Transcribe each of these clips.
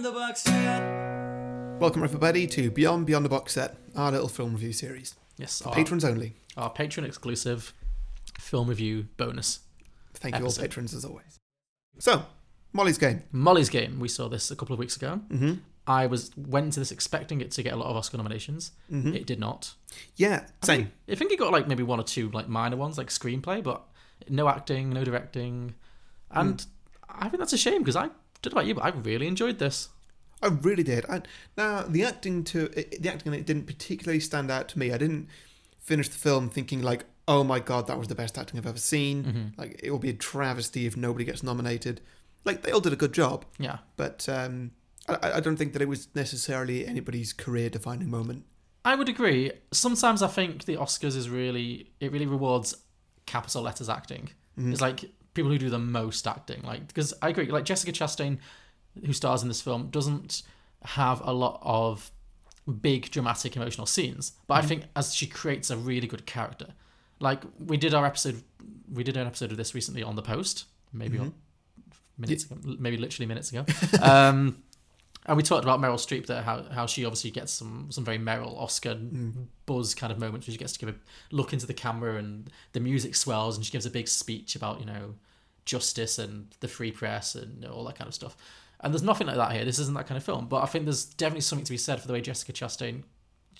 the box set. Welcome everybody to Beyond Beyond the Box Set, our little film review series. Yes, For our, patrons only. our patron exclusive film review bonus. Thank you Episode. all patrons as always. So, Molly's game. Molly's Game. We saw this a couple of weeks ago. Mm-hmm. I was went into this expecting it to get a lot of Oscar nominations. Mhm. It did not. Yeah, same. I think it got like maybe one or two like minor ones, like screenplay, but no acting, no directing, and I think that's a shame because I don't know about you, but I really enjoyed this. I really did. I, now the acting to it, the acting in it didn't particularly stand out to me. I didn't finish the film thinking like, oh my god, that was the best acting I've ever seen. Like it will be a travesty if nobody gets nominated. Like they all did a good job, Yeah, but um, I- I, I don't think that it was necessarily anybody's career defining moment. I would agree. Sometimes I think the Oscars is really it really rewards capital letters acting. It's like people who do the most acting, like because I agree. Like Jessica Chastain, who stars in this film, doesn't have a lot of big dramatic emotional scenes, but I think as she creates a really good character. Like we did our episode, we did an episode of this recently on the post, maybe on minutes, ago, maybe literally minutes ago. um, and we talked about Meryl Streep there, how, how she obviously gets some some very Meryl Oscar buzz kind of moments where she gets to give a look into the camera and the music swells and she gives a big speech about, you know, justice and the free press and you know, all that kind of stuff. And there's nothing like that here. This isn't that kind of film. But I think there's definitely something to be said for the way Jessica Chastain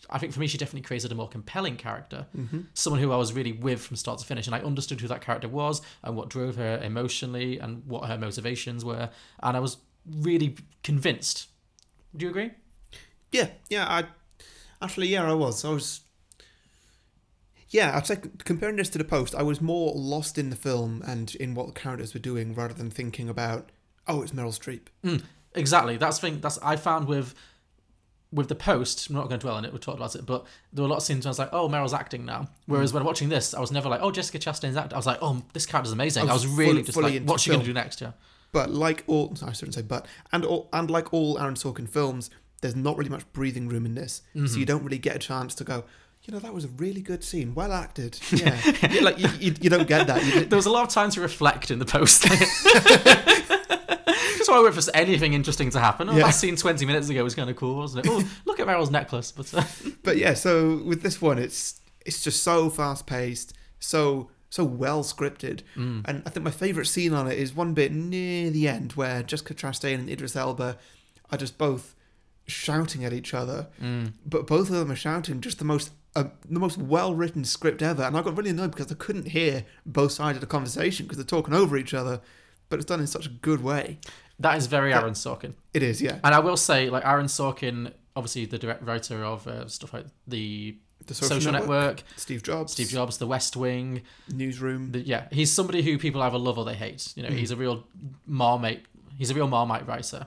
I think for me, she definitely created a more compelling character. Someone who I was really with from start to finish, and I understood who that character was and what drove her emotionally and what her motivations were, and I was really convinced. Do you agree? Yeah, yeah. I actually, yeah, I was. I was. Yeah, I'd say c- comparing this to the post, I was more lost in the film and in what the characters were doing rather than thinking about, oh, it's Meryl Streep. Mm, exactly. That's the thing. That's I found with with the post. I'm not going to dwell on it. We talked about it, but there were a lot of scenes where I was like, "Oh, Meryl's acting now." Mm. Whereas when watching this, I was never like, "Oh, Jessica Chastain's acting." I was like, "Oh, this character's amazing." I I was was, really full- just fully like, into "What's she the going to do film. next?" Yeah. But like all, I shouldn't say but, and all, and like all Aaron Sorkin films, there's not really much breathing room in this, so you don't really get a chance to go. You know, that was a really good scene, well acted. Yeah, Yeah, like you, you, you don't get that. You, There was a lot of time to reflect in the post. That's why I went for anything interesting to happen. Oh, Yeah. that scene 20 minutes ago was kind of cool, wasn't it? Oh, look at Meryl's necklace. But uh, but yeah, so with this one, it's it's just so fast paced, so so well scripted, Mm. and I think my favorite scene on it is one bit near the end where Jessica Chastain and Idris Elba are just both shouting at each other, but both of them are shouting just the most. Uh, the most well-written script ever, and I got really annoyed because I couldn't hear both sides of the conversation because they're talking over each other, but it's done in such a good way. that is very Aaron Sorkin. It is, yeah. And I will say, like, Aaron Sorkin, obviously the direct writer of uh, stuff like the The Social, Network, Steve Jobs, Steve Jobs, The West Wing. Newsroom. The, yeah, he's somebody who people either love or they hate. You know, he's a real marmite. He's a real marmite writer,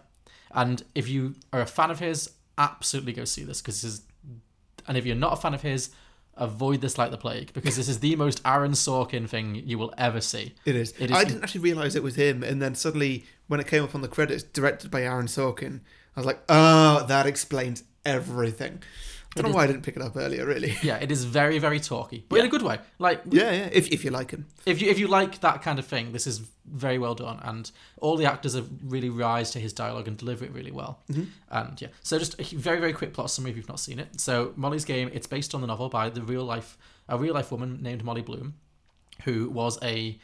and if you are a fan of his, absolutely go see this because this is. And if you're not a fan of his, avoid this like the plague because this is the most Aaron Sorkin thing you will ever see. It is. It is- I didn't actually realize it was him, and then suddenly when it came up on the credits, directed by Aaron Sorkin, I was like, "Oh, that explains everything." I don't know why I didn't pick it up earlier. Really. Yeah, it is very very talky, but in a good way. Like Yeah, yeah. If, if you like him, if you if you like that kind of thing, this is very well done, and all the actors have really rise to his dialogue and deliver it really well. And yeah, so just a very very quick plot summary if you've not seen it. So Molly's Game, it's based on the novel by the real life a real life woman named Molly Bloom, who was a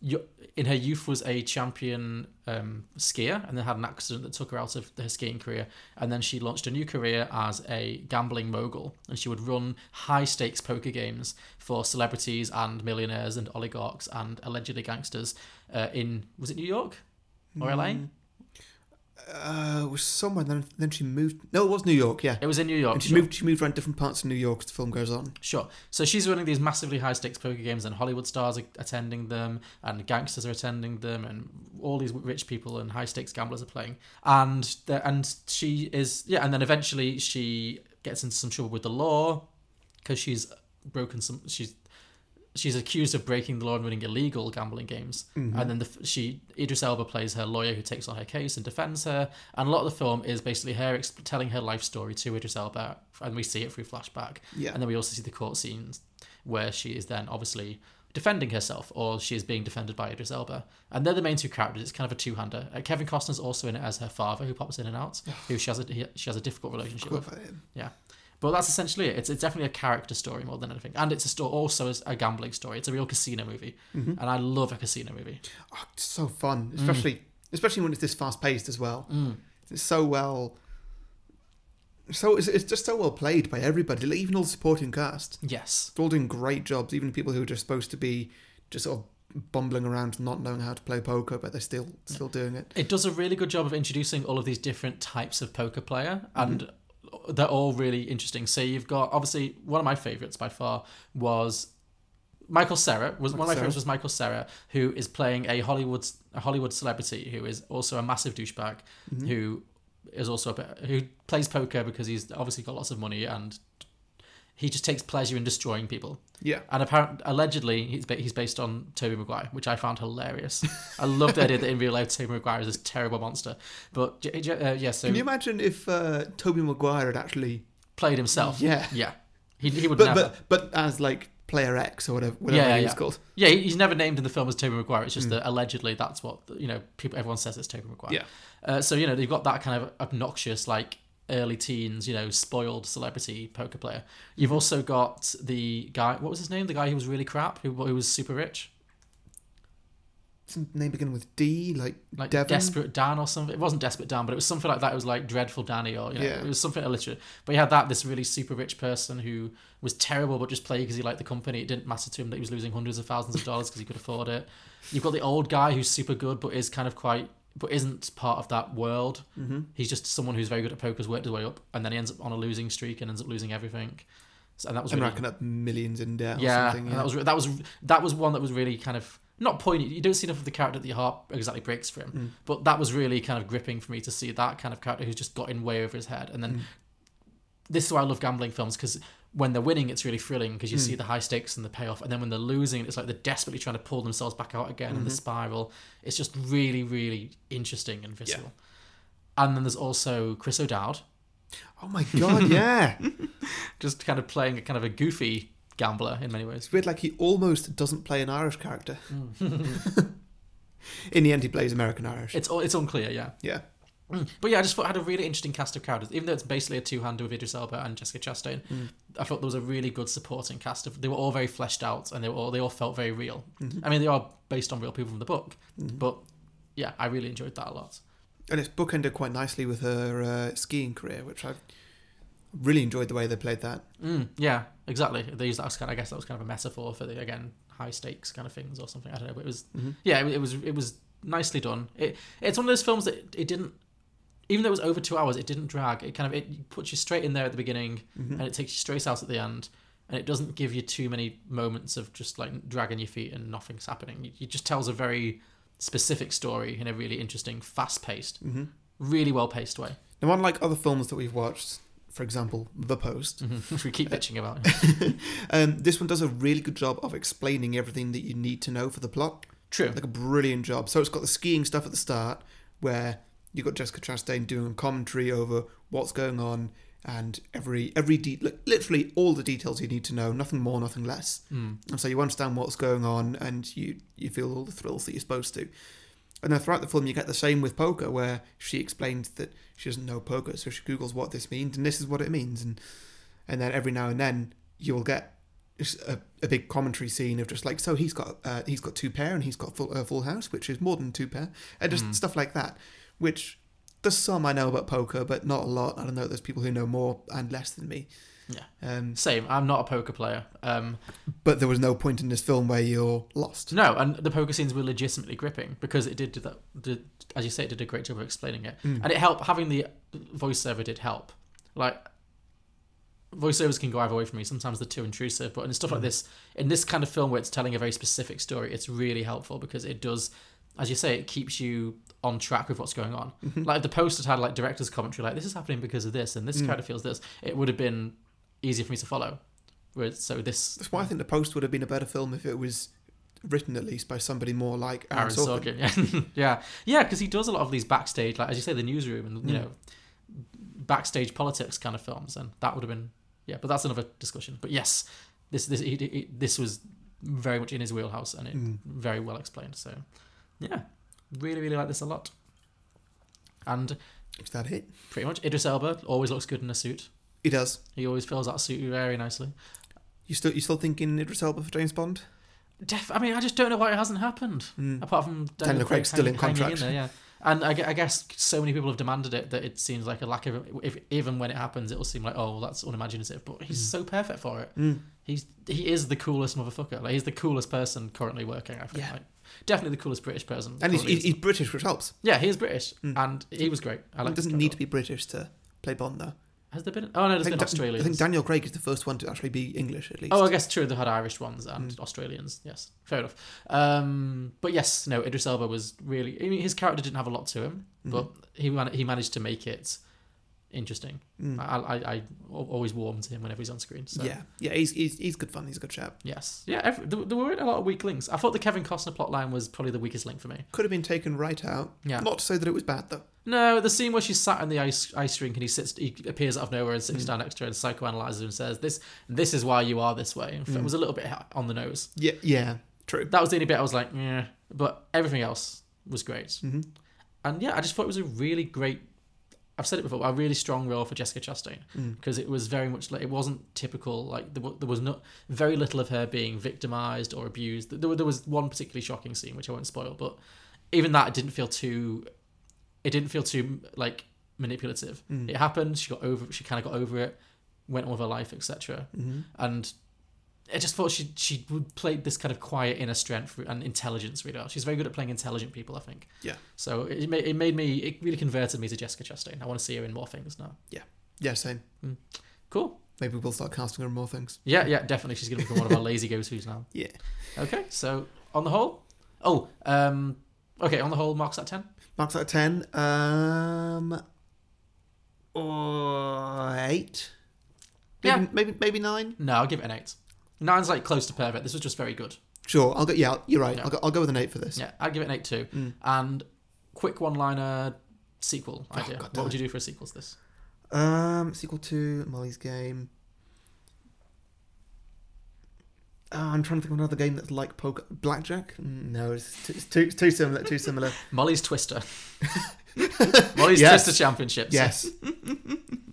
yo- in her youth was a champion um, skier and then had an accident that took her out of her skiing career and then she launched a new career as a gambling mogul and she would run high stakes poker games for celebrities and millionaires and oligarchs and allegedly gangsters uh, in was it new york or la Mm. uh, it was somewhere. Then then she moved. No, it was New York. Yeah, it was in new york and she sure. moved. She moved around different parts of New York as the film goes on. Sure. So she's running these massively high stakes poker games, and Hollywood stars are attending them, and gangsters are attending them, and all these rich people and high stakes gamblers are playing. And the, and she is yeah, and then eventually she gets into some trouble with the law because she's broken some. She's she's accused of breaking the law and running illegal gambling games. Mm-hmm. And then the, f- she Idris Elba plays her lawyer who takes on her case and defends her. And a lot of the film is basically her exp- telling her life story to Idris Elba, and we see it through flashback. Yeah. And then we also see the court scenes where she is then obviously defending herself or she is being defended by Idris Elba. And they're the main two characters. It's kind of a two-hander. Uh, Kevin Costner's also in it as her father, who pops in and out, who she has a he, she has a difficult relationship Cool with. for him. Yeah. But that's essentially it. It's, it's definitely a character story more than anything. And it's a sto- also is a gambling story. It's a real casino movie. And I love a casino movie. Oh, it's so fun, Mm. especially especially when it's this fast paced as well. It's so well. So it's, it's just so well played by everybody, like even all the supporting cast. Yes. They're all doing great jobs, even people who are just supposed to be just sort of bumbling around, not knowing how to play poker, but they're still Mm. still doing it. It does a really good job of introducing all of these different types of poker player, Mm-hmm. and they're all really interesting. So you've got obviously one of my favorites by far was Michael Serra. Was one of my Serra. favorites was Michael Serra, who is playing a Hollywood a Hollywood celebrity who is also a massive douchebag Mm-hmm. who is also a bit, who plays poker because he's obviously got lots of money and he just takes pleasure in destroying people. Yeah. And apparent, allegedly, he's ba- he's based on Toby Maguire, which I found hilarious. I love the idea that in real life Toby Maguire is this terrible monster, but j- j- uh, yeah, so Can you imagine if uh, Toby Maguire had actually, played himself. Yeah. yeah, he, he would but never. but but as like player X or whatever whatever Yeah, he yeah, was yeah. called. Yeah, he- he's never named in the film as Toby Maguire. It's just that allegedly that's what you know. People, everyone says it's Toby Maguire. Mm. Yeah. Uh, so you know they've got that kind of obnoxious, like early teens, you know, spoiled celebrity poker player. You've also got the guy. What was his name? The guy who was really crap, who, who was super rich, Some name beginning with D, like, like Devon. desperate Dan or something. It wasn't desperate Dan, but it was something like that. It was like dreadful Danny or you know, Yeah. it was something illiterate. But you had that this really super rich person who was terrible, but just played because he liked the company. It didn't matter to him that he was losing hundreds of thousands of dollars because he could afford it. You've got the old guy who's super good, but is kind of quite. But isn't part of that world. Mm-hmm. He's just someone who's very good at poker, has worked his way up, and then he ends up on a losing streak and ends up losing everything. So, and that was and really racking up millions in debt. yeah, or something, and that was re- that was that was one that was really kind of not poignant. You don't see enough of the character that your heart exactly breaks for him, but that was really kind of gripping for me to see that kind of character who's just got in way over his head. And then this is why I love gambling films because when they're winning, it's really thrilling because you see the high stakes and the payoff, and then when they're losing, it's like they're desperately trying to pull themselves back out again, and the spiral. It's just really, really interesting and visceral. And then there's also Chris O'Dowd, Oh my god, yeah. just kind of playing a kind of a goofy gambler in many ways. It's weird, like he almost doesn't play an Irish character. Mm. In the end, he plays American Irish. It's it's unclear, yeah. yeah. Mm. But yeah, I just thought it had a really interesting cast of characters. Even though it's basically a two-hander with Idris Elba and Jessica Chastain, I thought there was a really good supporting cast. Of, they were all very fleshed out, and they were all they all felt very real. I mean, they are based on real people from the book, but yeah, I really enjoyed that a lot. And it's bookended quite nicely with her uh, skiing career, which I really enjoyed the way they played that. Mm, yeah, exactly. They used that as kind. Of, I guess that was kind of a metaphor for the again high stakes kind of things or something. I don't know. But it was Mm-hmm. yeah, it, it was it was nicely done. It it's one of those films that it didn't. Even though it was over two hours, it didn't drag. It kind of it puts you straight in there at the beginning, Mm-hmm. and it takes you straight out at the end, and it doesn't give you too many moments of just like dragging your feet and nothing's happening. It just tells a very specific story in a really interesting, fast-paced, really well-paced way, Mm-hmm. Now, unlike other films that we've watched, for example, The Post, which we keep bitching about. um, this one does a really good job of explaining everything that you need to know for the plot. True. Like a brilliant job. So it's got the skiing stuff at the start, where you've got Jessica Chastain doing a commentary over what's going on and every every de- like, literally all the details you need to know, nothing more, nothing less. Hmm. Mm. And so you understand what's going on and you you feel all the thrills that you're supposed to. And then throughout the film, you get the same with poker, where she explains that she doesn't know poker, so she googles what this means, and this is what it means, and and then every now and then you'll get just a, a big commentary scene of just like, so he's got uh, he's got two pair, and he's got full uh, full house, which is more than two pair, and just stuff like that. Which there's some I know about poker, but not a lot. I don't know. There's people who know more and less than me. Yeah. Um, Same. I'm not a poker player. Um, but there was no point in this film where you're lost. no, and the poker scenes were legitimately gripping because it did do that. Did, as you say, it did a great job of explaining it, and it helped having the voiceover did help. Like voiceovers can go either way for me. Sometimes they're too intrusive, but in stuff like this, in this kind of film where it's telling a very specific story, it's really helpful because it does, as you say, it keeps you on track with what's going on. Like if the post had had like director's commentary, like this is happening because of this, and this character feels this. It would have been easier for me to follow. Whereas, so this That's why I think The Post would have been a better film if it was written at least by somebody more like Aaron, Aaron Sorkin. Sorkin. Yeah, yeah, yeah, because he does a lot of these backstage, like as you say, the newsroom and you know, backstage politics kind of films, and that would have been yeah. But that's another discussion. But yes, this this he, he, this was very much in his wheelhouse and it Hmm, very well explained. So, yeah, really, really like this a lot. And Is that it? pretty much, Idris Elba always looks good in a suit. He does. He always fills that suit very nicely. You still you still thinking Idris Elba for James Bond? Hmm. Def- I mean, I just don't know why it hasn't happened. Apart from Daniel Craig's still in hanging contract. there, yeah. And I, gue- I guess so many people have demanded it that it seems like a lack of. If even when it happens, it will seem like oh, well, that's unimaginative. But Mm. he's so perfect for it. Hmm. He's he is the coolest motherfucker. Like he's the coolest person currently working. I think. Yeah. Like, definitely the coolest British person. And he's, currently. he's, he's British, which helps. yeah, he is British, and he was great. I like. It doesn't need to be British to play Bond, though. Has there been? Oh no, there's I been think, Da- Australians. I think Daniel Craig is the first one to actually be English, at least. Oh, I guess true. They had Irish ones and Australians. Yes, fair enough. Um, but yes, no. Idris Elba was really. I mean, his character didn't have a lot to him, but he man- he managed to make it interesting. I, I I al- always warm to him whenever he's on screen. So. Hmm. Yeah, yeah, he's, he's he's good fun. He's a good chap. Yes. Yeah. Every, there, there weren't a lot of weak links. I thought the Kevin Costner plotline was probably the weakest link for me. Could have been taken right out. Yeah. Not to say that it was bad though. No, the scene where she's sat in the ice ice rink and he sits, he appears out of nowhere and sits down next to her and psychoanalyzes her and says, "This this is why you are this way." It was a little bit on the nose. Yeah, yeah, true. that was the only bit I was like, yeah. But everything else was great. And yeah, I just thought it was a really great. I've said it before, but a really strong role for Jessica Chastain because it was very much like it wasn't typical. Like there, wa- there was not very little of her being victimized or abused. There, wa- there was one particularly shocking scene which I won't spoil, but even that it didn't feel too. It didn't feel too like manipulative. Hmm. It happened. She got over. She kind of got over it. Went on with her life, etc. Mm-hmm. And I just thought she she would play this kind of quiet inner strength and intelligence really well. She's very good at playing intelligent people, I think. Yeah, So it made, it made me it really converted me to Jessica Chastain. I want to see her in more things now. yeah, yeah. Same. Cool. Maybe we'll start casting her in more things. Yeah, yeah, definitely. She's going to become one of our lazy go-tos now. Yeah, Okay, so on the whole, oh, um, okay, on the whole, marks at ten. marks out of ten. Um, or eight. Maybe, Yeah. maybe maybe nine. No, I'll give it an eight. Nine's like close to perfect. This was just very good. Sure, I'll go. Yeah, you're right. Yeah. I'll go. I'll go with an eight for this. Mm. Yeah, I'd give it an eight too. And quick one-liner sequel idea. Oh, God damn what would you do for a sequel to this? Um, sequel to Molly's Game. Oh, I'm trying to think of another game that's like poker. Blackjack? Mm, No, it's too, it's too, it's too similar. Too similar. Molly's Twister. Molly's Yes. Twister Championships. Yes.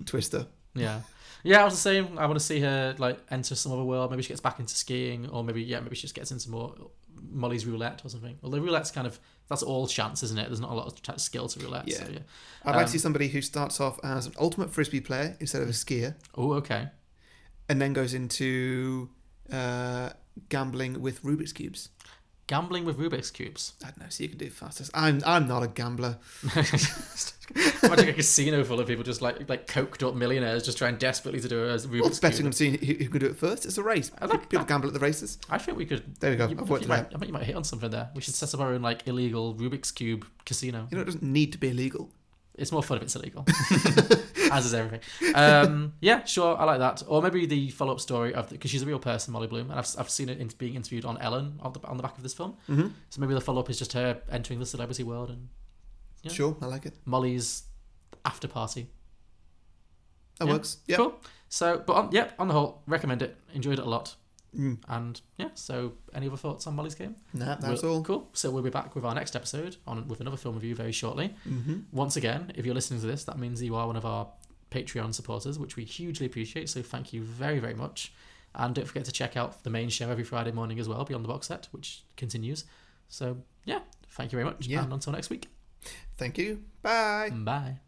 Twister. Yeah. Yeah, I was the same. I want to see her like enter some other world. Maybe she gets back into skiing, or maybe yeah, maybe she just gets into more Molly's roulette or something. Although roulette's kind of that's all chance, isn't it? There's not a lot of t- skill to roulette. Yeah. Yeah. yeah. I'd like to see Um, somebody who starts off as an ultimate frisbee player instead of a skier, Oh, okay. and then goes into uh, gambling with Rubik's cubes. Gambling with Rubik's cubes. I don't know. See, you can do it fastest. I'm I'm not a gambler. Imagine a casino full of people just like like coked up millionaires just trying desperately to do a Rubik's Well, it's betting cube. on seeing who, who can do it first. It's a race. I like people that. gamble at the races. I think we could. There we go. you- I've worked you it might, out. I bet you might hit on something there. We should set up our own like illegal Rubik's cube casino. You know, it doesn't need to be illegal. It's more fun if it's illegal, as is everything. Um, yeah, sure, I like that. Or maybe the follow-up story of because she's a real person, Molly Bloom, and I've, I've seen it in, being interviewed on Ellen on the, on the back of this film. Mm-hmm. So maybe the follow-up is just her entering the celebrity world and Yeah. Sure, I like it. Molly's after party. That Yeah. works. Yeah. Cool. So, but on, yeah, on the whole, recommend it. Enjoyed it a lot. And yeah, so any other thoughts on Molly's game? Mm. Nah, that's We'll- all. Cool. So we'll be back with our next episode on with another film review very shortly. Mm-hmm. Once again, if you're listening to this, that means you are one of our Patreon supporters, which we hugely appreciate. So thank you very very much. And don't forget to check out the main show every Friday morning as well, Beyond the Box Set, which continues. So yeah, thank you very much, Yeah. and until next week, Thank you. Bye. bye.